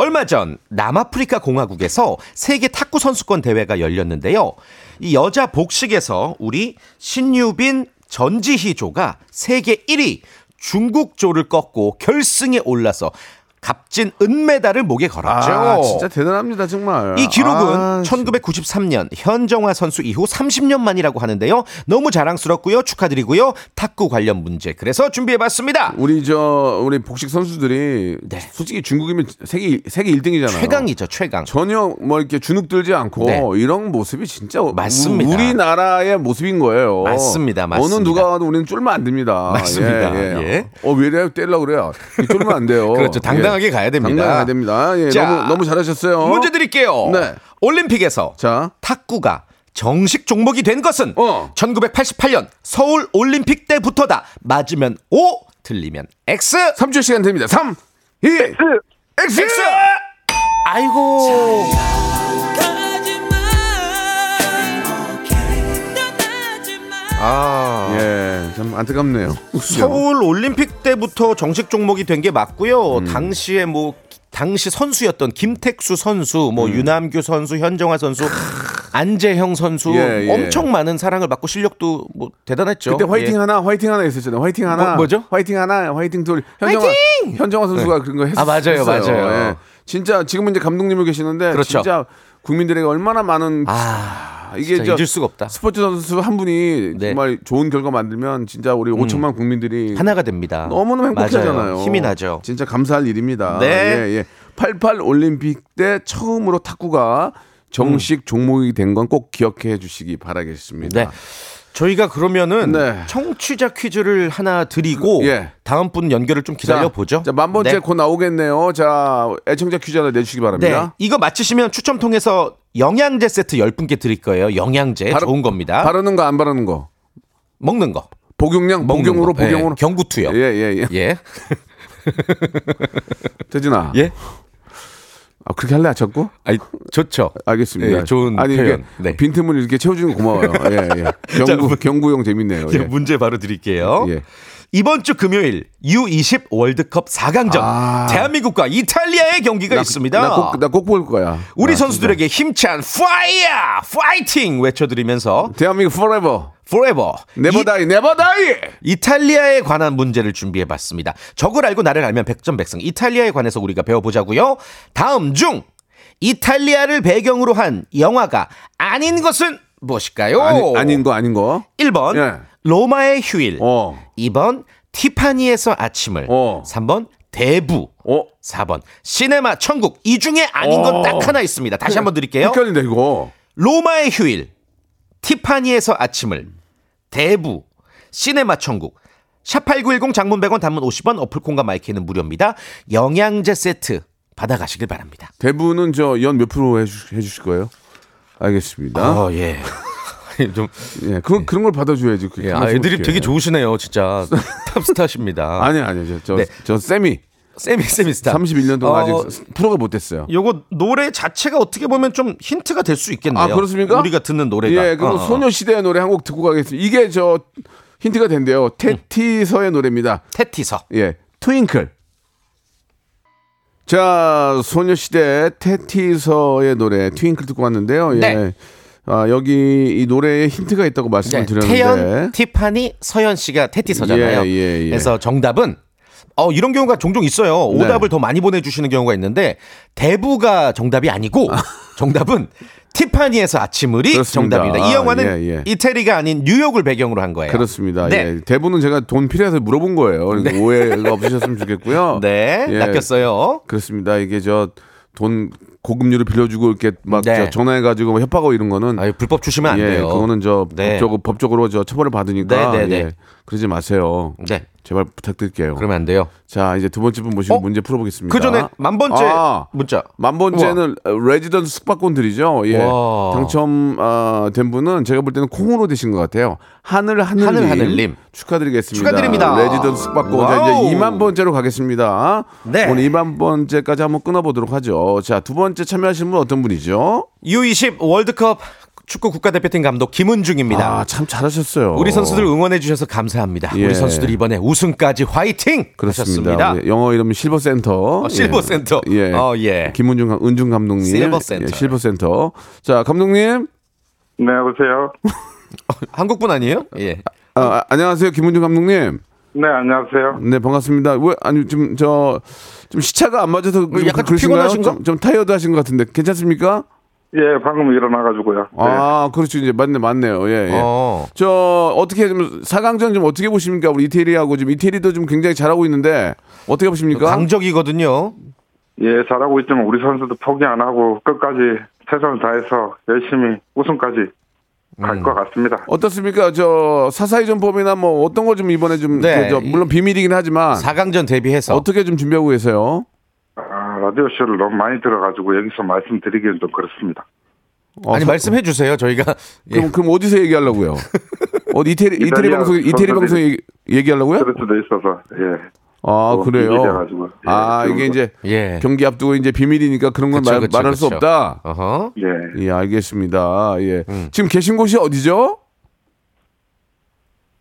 Speaker 3: 얼마 전 남아프리카 공화국에서 세계 탁구 선수권 대회가 열렸는데요. 이 여자 복식에서 우리 신유빈 전지희조가 세계 1위 중국조를 꺾고 결승에 올라서 값진 은메달을 목에 걸었죠.
Speaker 1: 아, 진짜 대단합니다 정말.
Speaker 3: 이 기록은
Speaker 1: 아,
Speaker 3: 1993년 현정화 선수 이후 30년 만이라고 하는데요. 너무 자랑스럽고요. 축하드리고요. 탁구 관련 문제. 그래서 준비해봤습니다.
Speaker 1: 우리 저 우리 복식 선수들이
Speaker 3: 네.
Speaker 1: 솔직히 중국이면 세계 세계 1등이잖아요.
Speaker 3: 최강이죠, 최강.
Speaker 1: 전혀 뭐 이렇게 주눅 들지 않고
Speaker 3: 네.
Speaker 1: 이런 모습이 진짜
Speaker 3: 맞습니다.
Speaker 1: 우- 우리나라의 모습인 거예요.
Speaker 3: 맞습니다, 맞습니다.
Speaker 1: 어느 누가 와도 우리는 쫄면 안 됩니다.
Speaker 3: 맞습니다. 예.
Speaker 1: 어왜 이래 때려 그래요? 이 쫄면 안 돼요.
Speaker 3: 그렇죠. 당당하게
Speaker 1: 예.
Speaker 3: 가야 됩니다.
Speaker 1: 당당하게 가야 됩니다. 예,
Speaker 3: 자,
Speaker 1: 너무 너무 잘하셨어요.
Speaker 3: 문제 드릴게요.
Speaker 1: 네.
Speaker 3: 올림픽에서
Speaker 1: 자.
Speaker 3: 탁구가 정식 종목이 된 것은
Speaker 1: 어.
Speaker 3: 1988년 서울 올림픽 때부터다. 맞으면 O, 틀리면 X.
Speaker 1: 3초 시간 됩니다. 3, 2,
Speaker 3: X. 아이고. 아.
Speaker 1: 예, 참 안타깝네요.
Speaker 3: 서울 올림픽 때부터 정식 종목이 된 게
Speaker 1: 음.
Speaker 3: 맞고요. 당시에 뭐 당시 선수였던 김택수 선수,
Speaker 1: 음.
Speaker 3: 뭐 유남규 선수, 현정화 선수, 안재형 선수
Speaker 1: 예, 예.
Speaker 3: 엄청 많은 사랑을 받고 실력도 뭐 대단했죠.
Speaker 1: 그때 화이팅
Speaker 3: 예.
Speaker 1: 하나, 화이팅 하나 있었잖아요. 화이팅 하나,
Speaker 3: 뭐- 뭐죠?
Speaker 1: 화이팅 하나, 화이팅 둘. 현정아,
Speaker 3: 화이팅!
Speaker 1: 현정아 선수가 그런 거 했-
Speaker 3: 아, 맞아요,
Speaker 1: 했어요. 예.
Speaker 3: 맞아요.
Speaker 1: 진짜 지금은 이제 감독님이 계시는데
Speaker 3: 그렇죠.
Speaker 1: 진짜 국민들에게 얼마나 많은
Speaker 3: 아,
Speaker 1: 이게
Speaker 3: 진짜
Speaker 1: 저
Speaker 3: 잊을 수가 없다.
Speaker 1: 스포츠 선수 한 분이
Speaker 3: 네. 음.
Speaker 1: 정말 좋은 결과 만들면 진짜 우리 5천만 국민들이
Speaker 3: 하나가 됩니다.
Speaker 1: 그 너무너무 행복하잖아요.
Speaker 3: 맞아요. 힘이 나죠.
Speaker 1: 진짜 감사할 일입니다.
Speaker 3: 네.
Speaker 1: 예, 예. 88 올림픽 때 처음으로 탁구가 정식 종목이 된 건 꼭 기억해 주시기 바라겠습니다.
Speaker 3: 네. 저희가 그러면은
Speaker 1: 네.
Speaker 3: 청취자 퀴즈를 하나 드리고
Speaker 1: 예.
Speaker 3: 다음 분 연결을 좀 기다려 보죠.
Speaker 1: 자, 자, 만 번째 곧 나오겠네요. 자, 애청자 퀴즈 하나 내주시기
Speaker 3: 네.
Speaker 1: 바랍니다.
Speaker 3: 이거 맞히시면 추첨 통해서 영양제 세트 10분께 드릴 네. 거예요. 영양제
Speaker 1: 바로-
Speaker 3: 좋은 겁니다.
Speaker 1: 바르는 거 안 바르는 거.
Speaker 3: 먹는 거.
Speaker 1: 복용량,
Speaker 3: 먹는
Speaker 1: 복용으로,
Speaker 3: 거. 예,
Speaker 1: 복용으로.
Speaker 3: 경구투요.
Speaker 1: 예, 예, 예.
Speaker 3: 예.
Speaker 1: 태진아.
Speaker 3: 예?
Speaker 1: 아, 그렇게 할래? 자꾸?
Speaker 3: 아니, 좋죠.
Speaker 1: 알겠습니다.
Speaker 3: 예, 좋은
Speaker 1: 아니, 이게
Speaker 3: 표현. 네.
Speaker 1: 빈틈을 이렇게 채워주는 거 고마워요. 예, 예. 경구,
Speaker 3: 문-
Speaker 1: 경구용 재밌네요.
Speaker 3: 예,
Speaker 1: 예.
Speaker 3: 문제 바로 드릴게요.
Speaker 1: 예.
Speaker 3: 이번 주 금요일 U20 월드컵 4강전
Speaker 1: 아.
Speaker 3: 대한민국과 이탈리아의 경기가 있습니다.
Speaker 1: 나꼭 볼 거야.
Speaker 3: 우리
Speaker 1: 나 진짜.
Speaker 3: 선수들에게 힘찬 파이어 파이팅 외쳐드리면서
Speaker 1: 대한민국 forever.
Speaker 3: forever
Speaker 1: 네버
Speaker 3: 이-
Speaker 1: 다이 네버 다이.
Speaker 3: 이탈리아에 관한 문제를 준비해봤습니다. 적을 알고 나를 알면 백전백승. 이탈리아에 관해서 우리가 배워보자고요. 다음 중 이탈리아를 배경으로 한 영화가 아닌 것은 무엇일까요?
Speaker 1: 아니, 아닌 거 아닌 거.
Speaker 3: 1번
Speaker 1: 예.
Speaker 3: 로마의 휴일.
Speaker 1: 어.
Speaker 3: 2번 티파니에서 아침을.
Speaker 1: 어.
Speaker 3: 3번 대부.
Speaker 1: 어.
Speaker 3: 4번 시네마 천국. 이 중에 아닌 것
Speaker 1: 어.
Speaker 3: 딱 하나 있습니다. 다시 한번 드릴게요.
Speaker 1: 헷갈린다 이거.
Speaker 3: 로마의 휴일, 티파니에서 아침을, 대부, 시네마 천국, 샵8910 장문 100원 단문 50원 어플콘과 마이크는 무료입니다. 영양제 세트 받아가시길 바랍니다.
Speaker 1: 대부는 저 연 몇 프로 해주, 해주실 거예요? 알겠습니다.
Speaker 3: 어, 예. 좀,
Speaker 1: 예, 그런 그런 걸 받아줘야지. 그게
Speaker 3: 예,
Speaker 1: 가만히
Speaker 3: 아, 애들이
Speaker 1: 생각해.
Speaker 3: 되게 좋으시네요, 진짜. 탑스타십니다.
Speaker 1: 아니 아니 저저
Speaker 3: 네.
Speaker 1: 저 쌤이
Speaker 3: 세미, 세미스타.
Speaker 1: 31년 동안
Speaker 3: 어,
Speaker 1: 아직 프로가 못 됐어요.
Speaker 3: 요거 노래 자체가 어떻게 보면 좀 힌트가 될 수 있겠네요.
Speaker 1: 아 그렇습니까?
Speaker 3: 우리가 듣는 노래가.
Speaker 1: 예, 그럼
Speaker 3: 어, 어.
Speaker 1: 소녀시대의 노래 한 곡 듣고 가겠습니다. 이게 저 힌트가 된대요. 테티서의 노래입니다.
Speaker 3: 테티서.
Speaker 1: 예, 트윙클. 자, 소녀시대 테티서의 노래 트윙클 듣고 왔는데요. 예.
Speaker 3: 네.
Speaker 1: 아, 여기 이 노래에 힌트가 있다고 말씀을
Speaker 3: 네,
Speaker 1: 드렸는데.
Speaker 3: 태연, 티파니, 서연 씨가 테티서잖아요.
Speaker 1: 예, 예, 예.
Speaker 3: 그래서 정답은 어 이런 경우가 종종 있어요.
Speaker 1: 네.
Speaker 3: 오답을 더 많이 보내주시는 경우가 있는데 대부가 정답이 아니고 정답은 티파니에서 아침을이
Speaker 1: 그렇습니다.
Speaker 3: 정답입니다. 이
Speaker 1: 아,
Speaker 3: 영화는
Speaker 1: 예, 예.
Speaker 3: 이태리가 아닌 뉴욕을 배경으로 한 거예요.
Speaker 1: 그렇습니다.
Speaker 3: 네.
Speaker 1: 예. 대부는 제가 돈 필요해서 물어본 거예요. 그러니까 오해가 없으셨으면 좋겠고요.
Speaker 3: 네,
Speaker 1: 예.
Speaker 3: 낚였어요.
Speaker 1: 그렇습니다. 이게 저 돈 고금리로 빌려주고 이렇게 막
Speaker 3: 네.
Speaker 1: 저 전화해가지고 막 협박하고 이런 거는
Speaker 3: 아유, 불법 주시면 안
Speaker 1: 예,
Speaker 3: 돼요.
Speaker 1: 그거는 저
Speaker 3: 네.
Speaker 1: 법적으로, 법적으로 저 처벌을 받으니까
Speaker 3: 네, 네, 네.
Speaker 1: 예, 그러지 마세요.
Speaker 3: 네,
Speaker 1: 제발 부탁드릴게요.
Speaker 3: 그러면 안 돼요.
Speaker 1: 자 이제 두 번째 분 모시고
Speaker 3: 어?
Speaker 1: 문제 풀어보겠습니다.
Speaker 3: 그 전에 만 번째
Speaker 1: 아,
Speaker 3: 문자.
Speaker 1: 만 번째는 레지던스 숙박권 드리죠. 예.
Speaker 3: 우와.
Speaker 1: 당첨된 분은 제가 볼 때는 콩으로 되신 것 같아요. 하늘 하늘님,
Speaker 3: 하늘 하늘님.
Speaker 1: 축하드리겠습니다.
Speaker 3: 축하드립니다.
Speaker 1: 레지던스 숙박권 자,
Speaker 3: 와우.
Speaker 1: 이제 2만 번째로 가겠습니다.
Speaker 3: 네.
Speaker 1: 오늘 2만 번째까지 한번 끊어보도록 하죠. 자 두 번째 참여하신 분 어떤 분이죠?
Speaker 3: U20 월드컵 축구 국가대표팀 감독 김은중입니다.
Speaker 1: 아 참 잘하셨어요.
Speaker 3: 우리 선수들 응원해 주셔서 감사합니다.
Speaker 1: 예.
Speaker 3: 우리 선수들 이번에 우승까지 화이팅!
Speaker 1: 그렇습니다.
Speaker 3: 하셨습니다.
Speaker 1: 예, 영어 이름 실버센터.
Speaker 3: 어, 실버센터.
Speaker 1: 예.
Speaker 3: 어, 예.
Speaker 1: 김은중 감- 은중 감독님.
Speaker 3: 실버센터.
Speaker 1: 예, 실버센터. 자 감독님.
Speaker 6: 네, 여보세요.
Speaker 3: 한국분 아니에요? 예.
Speaker 1: 아, 아, 안녕하세요 김은중 감독님.
Speaker 6: 네, 안녕하세요.
Speaker 1: 네 반갑습니다. 왜 아니 지금 저 좀 시차가 안 맞아서 좀
Speaker 3: 약간
Speaker 1: 그- 그러신가요?
Speaker 3: 피곤하신가?
Speaker 1: 좀, 좀 타이어드하신 것 같은데 괜찮습니까?
Speaker 6: 예, 방금 일어나가지고요. 네.
Speaker 1: 아 그렇죠 이제 맞네 맞네요. 예. 예.
Speaker 3: 어.
Speaker 1: 저 어떻게 좀 4강전 좀 어떻게 보십니까? 우리 이태리하고 지금 이태리도 좀 굉장히 잘하고 있는데 어떻게 보십니까?
Speaker 3: 그 강적이거든요.
Speaker 6: 예, 잘하고 있지만 우리 선수도 포기 안 하고 끝까지 최선을 다해서 열심히 우승까지 갈
Speaker 1: 음.
Speaker 6: 것 같습니다.
Speaker 1: 어떻습니까? 저 사사이 전법이나 뭐 어떤 걸 좀 이번에 좀
Speaker 3: 네.
Speaker 1: 그 저, 물론 비밀이긴 하지만
Speaker 3: 4강전 대비해서.
Speaker 1: 어떻게 좀 준비하고 계세요?
Speaker 6: 아, 라디오 쇼를 너무 많이 들어가지고 여기서 말씀드리기는 좀 그렇습니다.
Speaker 1: 어,
Speaker 3: 아니,
Speaker 1: 사-
Speaker 3: 말씀해 주세요. 저희가. 예.
Speaker 1: 그럼 그럼 어디서 얘기하려고요? 어디 이태리 이태리
Speaker 6: 이탈리아
Speaker 1: 방송 이태리
Speaker 6: 선수들이-
Speaker 1: 방송 얘기, 얘기하려고요?
Speaker 6: 그럴 수도 있어서 예.
Speaker 1: 아
Speaker 6: 뭐
Speaker 1: 그래요.
Speaker 6: 비밀이라가지고. 예,
Speaker 1: 아
Speaker 6: 그런
Speaker 1: 이게
Speaker 6: 거.
Speaker 1: 이제
Speaker 3: 예.
Speaker 1: 경기 앞두고 이제 비밀이니까 그런 건
Speaker 3: 그쵸,
Speaker 1: 말,
Speaker 3: 그쵸,
Speaker 1: 말할 수
Speaker 3: 그쵸.
Speaker 1: 없다.
Speaker 3: 어허.
Speaker 6: 예.
Speaker 1: 예 알겠습니다. 예
Speaker 3: 음.
Speaker 1: 지금 계신 곳이 어디죠?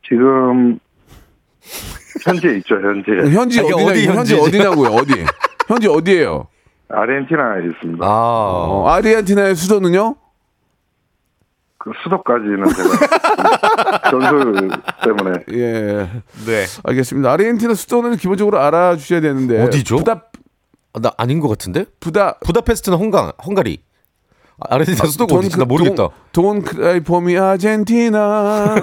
Speaker 6: 지금 현재 있죠, 현재.
Speaker 1: 현지
Speaker 3: 아니,
Speaker 1: 어디냐
Speaker 3: 어디
Speaker 1: 현지
Speaker 3: 현지지?
Speaker 1: 어디냐고요? 어디 현지 어디예요?
Speaker 6: 아르헨티나에 있습니다.
Speaker 3: 아.
Speaker 1: 어, 아르헨티나의 수도는요?
Speaker 6: 그 수도까지는 제가 전술 때문에
Speaker 1: 예
Speaker 3: 네.
Speaker 1: 알겠습니다. 아르헨티나 수도는 기본적으로 알아주셔야 되는데
Speaker 3: 어디죠?
Speaker 1: 부다
Speaker 3: 아, 나 아닌 것 같은데?
Speaker 1: 부다
Speaker 3: 부다페스트는 헝가, 헝가리. 아, 아르헨티나 수도가
Speaker 1: 돈
Speaker 3: 어디지?
Speaker 1: 크-
Speaker 3: 나 모르겠다.
Speaker 1: 돈, 돈 크라이폼이 아르헨티나.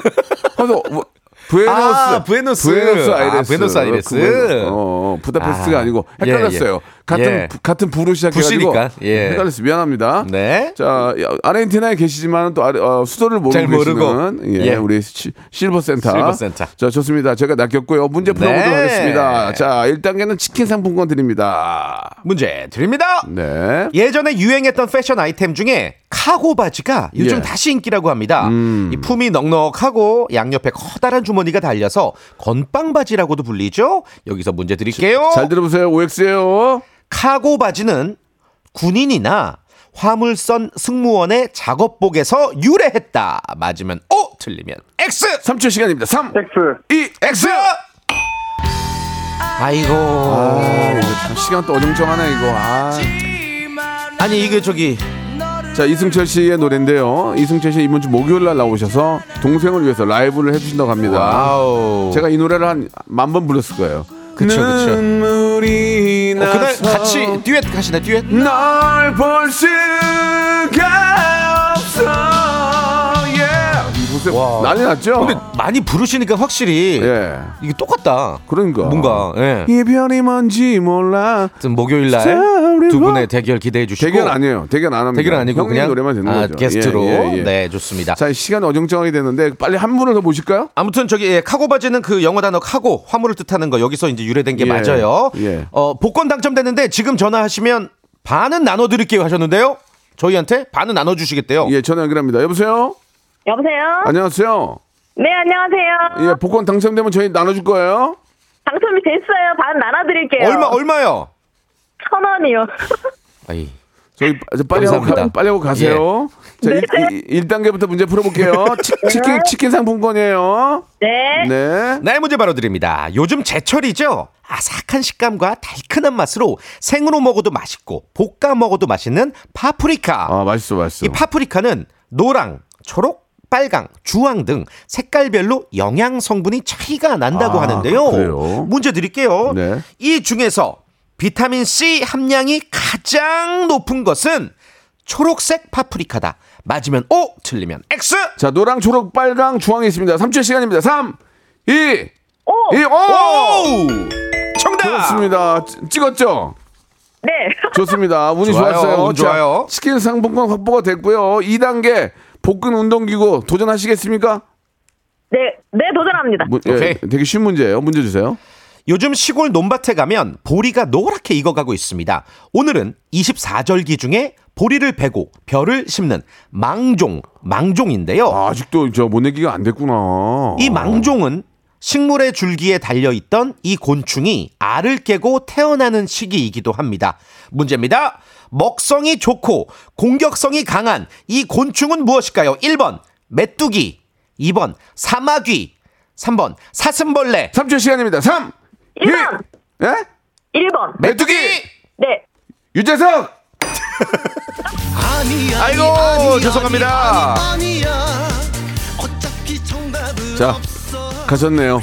Speaker 1: 그래서 뭐, 부에노스.
Speaker 3: 아, 부에노스.
Speaker 1: 부에노스
Speaker 3: 아,
Speaker 1: 아이레스.
Speaker 3: 부에노스 아이레스.
Speaker 1: 그, 어, 어, 부다페스트가
Speaker 3: 아,
Speaker 1: 아, 니고
Speaker 3: 예,
Speaker 1: 헷갈렸어요.
Speaker 3: 예.
Speaker 1: 같은
Speaker 3: 예.
Speaker 1: 부- 같은 부로 시작해가지고
Speaker 3: 부시니까, 예.
Speaker 1: 헷갈렸어요. 미안합니다.
Speaker 3: 네.
Speaker 1: 자, 야, 아르헨티나에 계시지만 또 아르- 어, 수도를 모르고
Speaker 3: 잘 모르고.
Speaker 1: 계시는 예,
Speaker 3: 예.
Speaker 1: 우리 시- 실버센터.
Speaker 3: 실버센터.
Speaker 1: 자, 좋습니다. 제가 낚였고요. 문제 풀어보도록
Speaker 3: 네.
Speaker 1: 하겠습니다. 자, 1단계는 치킨 상품권 드립니다.
Speaker 3: 문제 드립니다.
Speaker 1: 네.
Speaker 3: 예전에 유행했던 패션 아이템 중에 카고 바지가 요즘
Speaker 1: 예.
Speaker 3: 다시 인기라고 합니다. 이 품이 넉넉하고 양옆에 커다란 주머니가 달려서 건빵 바지라고도 불리죠. 여기서 문제 드릴게요.
Speaker 1: 잘 들어보세요. OX예요.
Speaker 3: 카고 바지는 군인이나 화물선 승무원의 작업복에서 유래했다. 맞으면 O, 틀리면 X.
Speaker 1: 3초 시간입니다. 3,
Speaker 6: 텍스
Speaker 3: 네.
Speaker 1: 2,
Speaker 3: X. 아이고.
Speaker 1: 아, 이거 참 시간 또 어정쩡하네 이거. 아.
Speaker 3: 아니 이게 저기
Speaker 1: 자 이승철 씨의 노래인데요. 이승철 씨 이번 주 목요일 날 나오셔서 동생을 위해서 라이브를 해주신다고 합니다.
Speaker 3: 아우.
Speaker 1: 제가 이 노래를 한 만 번 불렀을 거예요.
Speaker 3: 그쵸, 그쵸.
Speaker 1: 눈물이
Speaker 3: 어,
Speaker 1: 나서
Speaker 3: 그날 같이 듀엣 하시네 듀엣.
Speaker 1: 널볼 수가 없어. 예. 무슨
Speaker 3: 와.
Speaker 1: 난리 났죠?
Speaker 3: 근데 많이 부르시니까 확실히
Speaker 1: 예.
Speaker 3: 이게 똑같다.
Speaker 1: 그러니까.
Speaker 3: 뭔가 예.
Speaker 1: 이별이 뭔지 몰라.
Speaker 3: 아무튼 목요일 날
Speaker 1: 세월이
Speaker 3: 두 분의 대결 기대해 주시고
Speaker 1: 대결 아니에요. 대결 안 합니다.
Speaker 3: 어. 대결 아니고
Speaker 1: 형님
Speaker 3: 그냥
Speaker 1: 노래만 듣는
Speaker 3: 아,
Speaker 1: 거죠.
Speaker 3: 게스트로
Speaker 1: 예, 예, 예.
Speaker 3: 네 좋습니다.
Speaker 1: 자, 시간 어정쩡하게 되는데 빨리 한 분을 더 보실까요?
Speaker 3: 아무튼 저기 예, 카고 바지는 그 영어 단어 카고 화물을 뜻하는 거 여기서 이제 유래된 게
Speaker 1: 예,
Speaker 3: 맞아요.
Speaker 1: 예.
Speaker 3: 어 복권 당첨됐는데 지금 전화하시면 반은 나눠드릴게요 하셨는데요. 저희한테 반은 나눠주시겠대요.
Speaker 1: 예, 전화 연결합니다. 여보세요?
Speaker 7: 여보세요?
Speaker 1: 안녕하세요.
Speaker 7: 네, 안녕하세요.
Speaker 1: 예, 복권 당첨되면 저희 나눠줄 거예요.
Speaker 7: 당첨이 됐어요. 반 나눠드릴게요.
Speaker 3: 얼마 얼마요?
Speaker 7: 천 원이요.
Speaker 3: 아이
Speaker 1: 저희 빠- 저 빨리 하고, 가,
Speaker 3: 감사합니다. 예.
Speaker 1: 빨리 하고 가세요. 자, 1, 단계부터 문제 풀어볼게요. 치, 킨 치킨 상품권이에요.
Speaker 7: 네.
Speaker 1: 네.
Speaker 3: 네, 문제 바로 드립니다. 요즘 제철이죠? 아삭한 식감과 달큰한 맛으로 생으로 먹어도 맛있고 볶아 먹어도 맛있는 파프리카.
Speaker 1: 아, 맛있어, 맛있어.
Speaker 3: 이 파프리카는 노랑, 초록, 빨강, 주황 등 색깔별로 영양 성분이 차이가 난다고
Speaker 1: 아,
Speaker 3: 하는데요.
Speaker 1: 그래요?
Speaker 3: 문제 드릴게요.
Speaker 1: 네.
Speaker 3: 이 중에서 비타민 C 함량이 가장 높은 것은 초록색 파프리카다. 맞으면 O, 틀리면 X.
Speaker 1: 자, 노랑, 초록, 빨강, 주황이 있습니다. 3초의 시간입니다. 3, 2, 1,
Speaker 7: 오!
Speaker 3: 예.
Speaker 1: 5!
Speaker 3: 오! 정답.
Speaker 1: 좋습니다. 찌- 찍었죠?
Speaker 7: 네.
Speaker 1: 좋습니다. 운이
Speaker 3: 좋아요,
Speaker 1: 좋았어요.
Speaker 3: 운 좋아요.
Speaker 1: 자, 치킨 상품권 확보가 됐고요. 2단계 복근 운동기구 도전하시겠습니까?
Speaker 7: 네, 네, 도전합니다.
Speaker 1: 문- 예,
Speaker 3: 오케이.
Speaker 1: 되게 쉬운 문제예요. 문제 주세요.
Speaker 3: 요즘 시골 논밭에 가면 보리가 노랗게 익어가고 있습니다. 오늘은 24절기 중에 보리를 베고 벼를 심는 망종, 망종인데요.
Speaker 1: 아, 아직도 저 모내기가 안 됐구나.
Speaker 3: 이 망종은 식물의 줄기에 달려있던 이 곤충이 알을 깨고 태어나는 시기이기도 합니다. 문제입니다. 먹성이 좋고 공격성이 강한 이 곤충은 무엇일까요? 1번 메뚜기, 2번 사마귀, 3번 사슴벌레,
Speaker 1: 3초 시간입니다. 3, 2,
Speaker 7: 일번!
Speaker 1: 예?
Speaker 7: 1번.
Speaker 1: 메뚜기!
Speaker 7: 네.
Speaker 1: 유재석!
Speaker 3: 아이고 죄송합니다.
Speaker 1: 자, 가셨네요.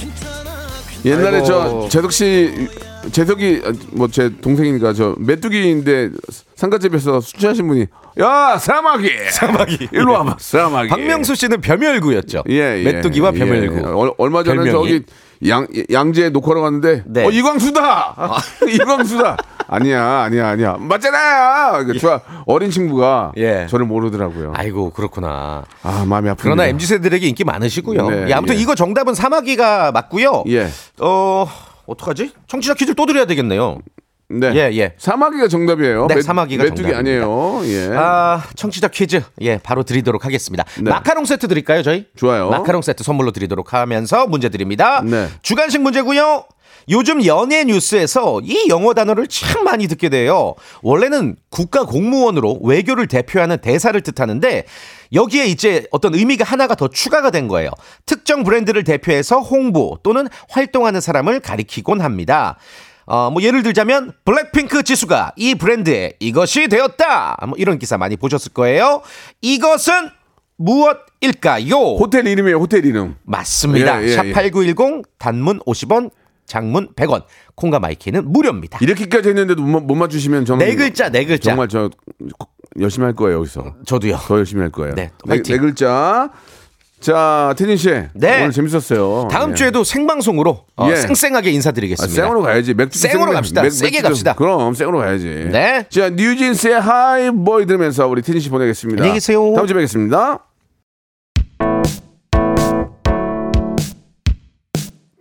Speaker 1: 옛날에
Speaker 3: 아이고.
Speaker 1: 저 재석 씨 재석이 뭐 제 동생이니까 저 메뚜기인데 상가집에서 술 취하신 분이 야 사마귀 사마귀 일로 와봐 사마귀
Speaker 3: 박명수 씨는 벼멸구였죠.
Speaker 1: 예, 예.
Speaker 3: 메뚜기와
Speaker 1: 예.
Speaker 3: 벼멸구.
Speaker 1: 얼- 얼마 전에
Speaker 3: 별명이.
Speaker 1: 저기 양 예, 양재에 녹화를 갔는데
Speaker 3: 네. 아.
Speaker 1: 어 이광수다. 이광수다. 아니야, 아니야, 아니야. 맞잖아요. 그 좋아. 어린 친구가
Speaker 3: 예.
Speaker 1: 저를 모르더라고요.
Speaker 3: 아이고 그렇구나.
Speaker 1: 아, 마음이 아프네.
Speaker 3: 그러나 mz 세들에게 인기 많으시고요.
Speaker 1: 네,
Speaker 3: 예, 아무튼
Speaker 1: 예.
Speaker 3: 이거 정답은 사마귀가 맞고요.
Speaker 1: 예.
Speaker 3: 어 어떡하지? 청취자 퀴즈 또 드려야 되겠네요.
Speaker 1: 네.
Speaker 3: 예, 예.
Speaker 1: 사마귀가 정답이에요.
Speaker 3: 네, 사마귀가
Speaker 1: 메뚜기
Speaker 3: 정답입니다.
Speaker 1: 아니에요. 예.
Speaker 3: 아 청취자 퀴즈 예 바로 드리도록 하겠습니다.
Speaker 1: 네.
Speaker 3: 마카롱 세트 드릴까요 저희?
Speaker 1: 좋아요.
Speaker 3: 마카롱 세트 선물로 드리도록 하면서 문제 드립니다.
Speaker 1: 네.
Speaker 3: 주간식 문제고요. 요즘 연예 뉴스에서 이 영어 단어를 참 많이 듣게 돼요. 원래는 국가 공무원으로 외교를 대표하는 대사를 뜻하는데 여기에 이제 어떤 의미가 하나가 더 추가가 된 거예요. 특정 브랜드를 대표해서 홍보 또는 활동하는 사람을 가리키곤 합니다. 어, 뭐 예를 들자면 블랙핑크 지수가 이 브랜드의 이것이 되었다. 뭐 이런 기사 많이 보셨을 거예요. 이것은 무엇일까요?
Speaker 1: 호텔 이름이에요. 호텔 이름.
Speaker 3: 맞습니다.
Speaker 1: 예, 예, 예.
Speaker 3: 샵8910 단문 50원, 장문 100원. 콩과 마이키는 무료입니다.
Speaker 1: 이렇게까지 했는데도 못, 못 맞추시면 저는
Speaker 3: 네 글자, 네 글자.
Speaker 1: 정말 저 열심히 할 거예요, 여기서.
Speaker 3: 저도요.
Speaker 1: 더 열심히 할 거예요.
Speaker 3: 네,
Speaker 1: 네,
Speaker 3: 화이팅.
Speaker 1: 네 글자. 자, 태진 씨.
Speaker 3: 네.
Speaker 1: 오늘 재밌었어요.
Speaker 3: 다음
Speaker 1: 예.
Speaker 3: 주에도 생방송으로 어,
Speaker 1: 예.
Speaker 3: 생생하게
Speaker 1: 아,
Speaker 3: 인사드리겠습니다.
Speaker 1: 생으로 가야지. 맥주
Speaker 3: 생으로 갑시다. 세게 갑시다.
Speaker 1: 그럼 생으로 가야지.
Speaker 3: 네.
Speaker 1: 자, 뉴진스의 하이보이 들으면서 우리 태진 씨 보내겠습니다.
Speaker 3: 안녕히 계세요.
Speaker 1: 다음 주에 뵙겠습니다.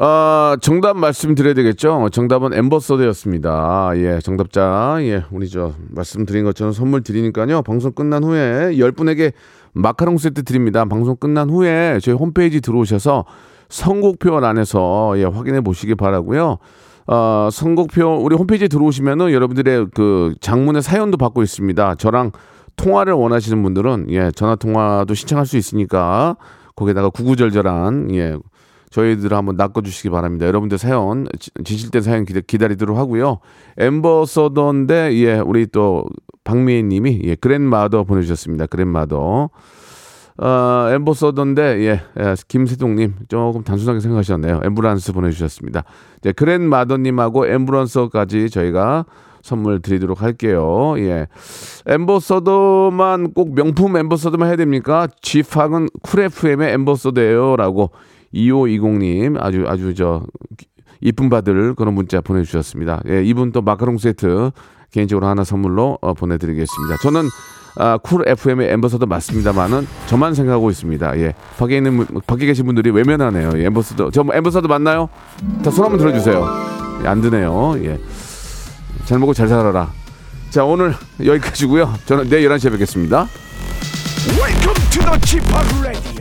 Speaker 1: 아, 정답 말씀드려야 되겠죠? 어, 정답은 엠버서드였습니다. 예, 정답자. 예, 우리 저 말씀드린 것처럼 선물 드리니까요. 방송 끝난 후에 10분에게 마카롱 세트 드립니다. 방송 끝난 후에 저희 홈페이지 들어오셔서 선곡표 안에서 예, 확인해 보시기 바라고요. 어, 선곡표 우리 홈페이지에 들어오시면은 여러분들의 그 장문의 사연도 받고 있습니다. 저랑 통화를 원하시는 분들은 예, 전화 통화도 신청할 수 있으니까 거기다가 구구절절한 예, 저희들 한번 낚아주시기 바랍니다. 여러분들 사연 지- 지실 때 사연 기다, 기다리도록 하고요. 엠버서던데 예, 우리 또 박미애님이 예, 그랜마더 보내주셨습니다. 그랜마더. 어, 엠버서던데 예, 예, 김세동님 조금 단순하게 생각하셨네요. 엠브란스 보내주셨습니다. 이제 그랜마더님하고 엠브런서까지 저희가 선물 드리도록 할게요. 예, 엠버서더만 꼭 명품 엠버서더만 해야 됩니까? G팍은 쿨 FM의 엠버서더예요라고 2520님 아주 아주 저 이쁨 받을 그런 문자 보내주셨습니다. 예, 이분 또 마카롱 세트 개인적으로 하나 선물로 어, 보내드리겠습니다. 저는 아, 쿨 FM의 엠버서더 맞습니다만은 저만 생각하고 있습니다. 예, 밖에 있는 분- 밖에 계신 분들이 외면하네요. 예, 엠버서더 저 엠버서더 맞나요? 다 손 한번 들어주세요. 예, 안 드네요. 예, 잘 먹고 잘 살아라. 자 오늘 여기까지고요. 저는 내일 11시에 뵙겠습니다.
Speaker 2: Welcome to the Chip Radio.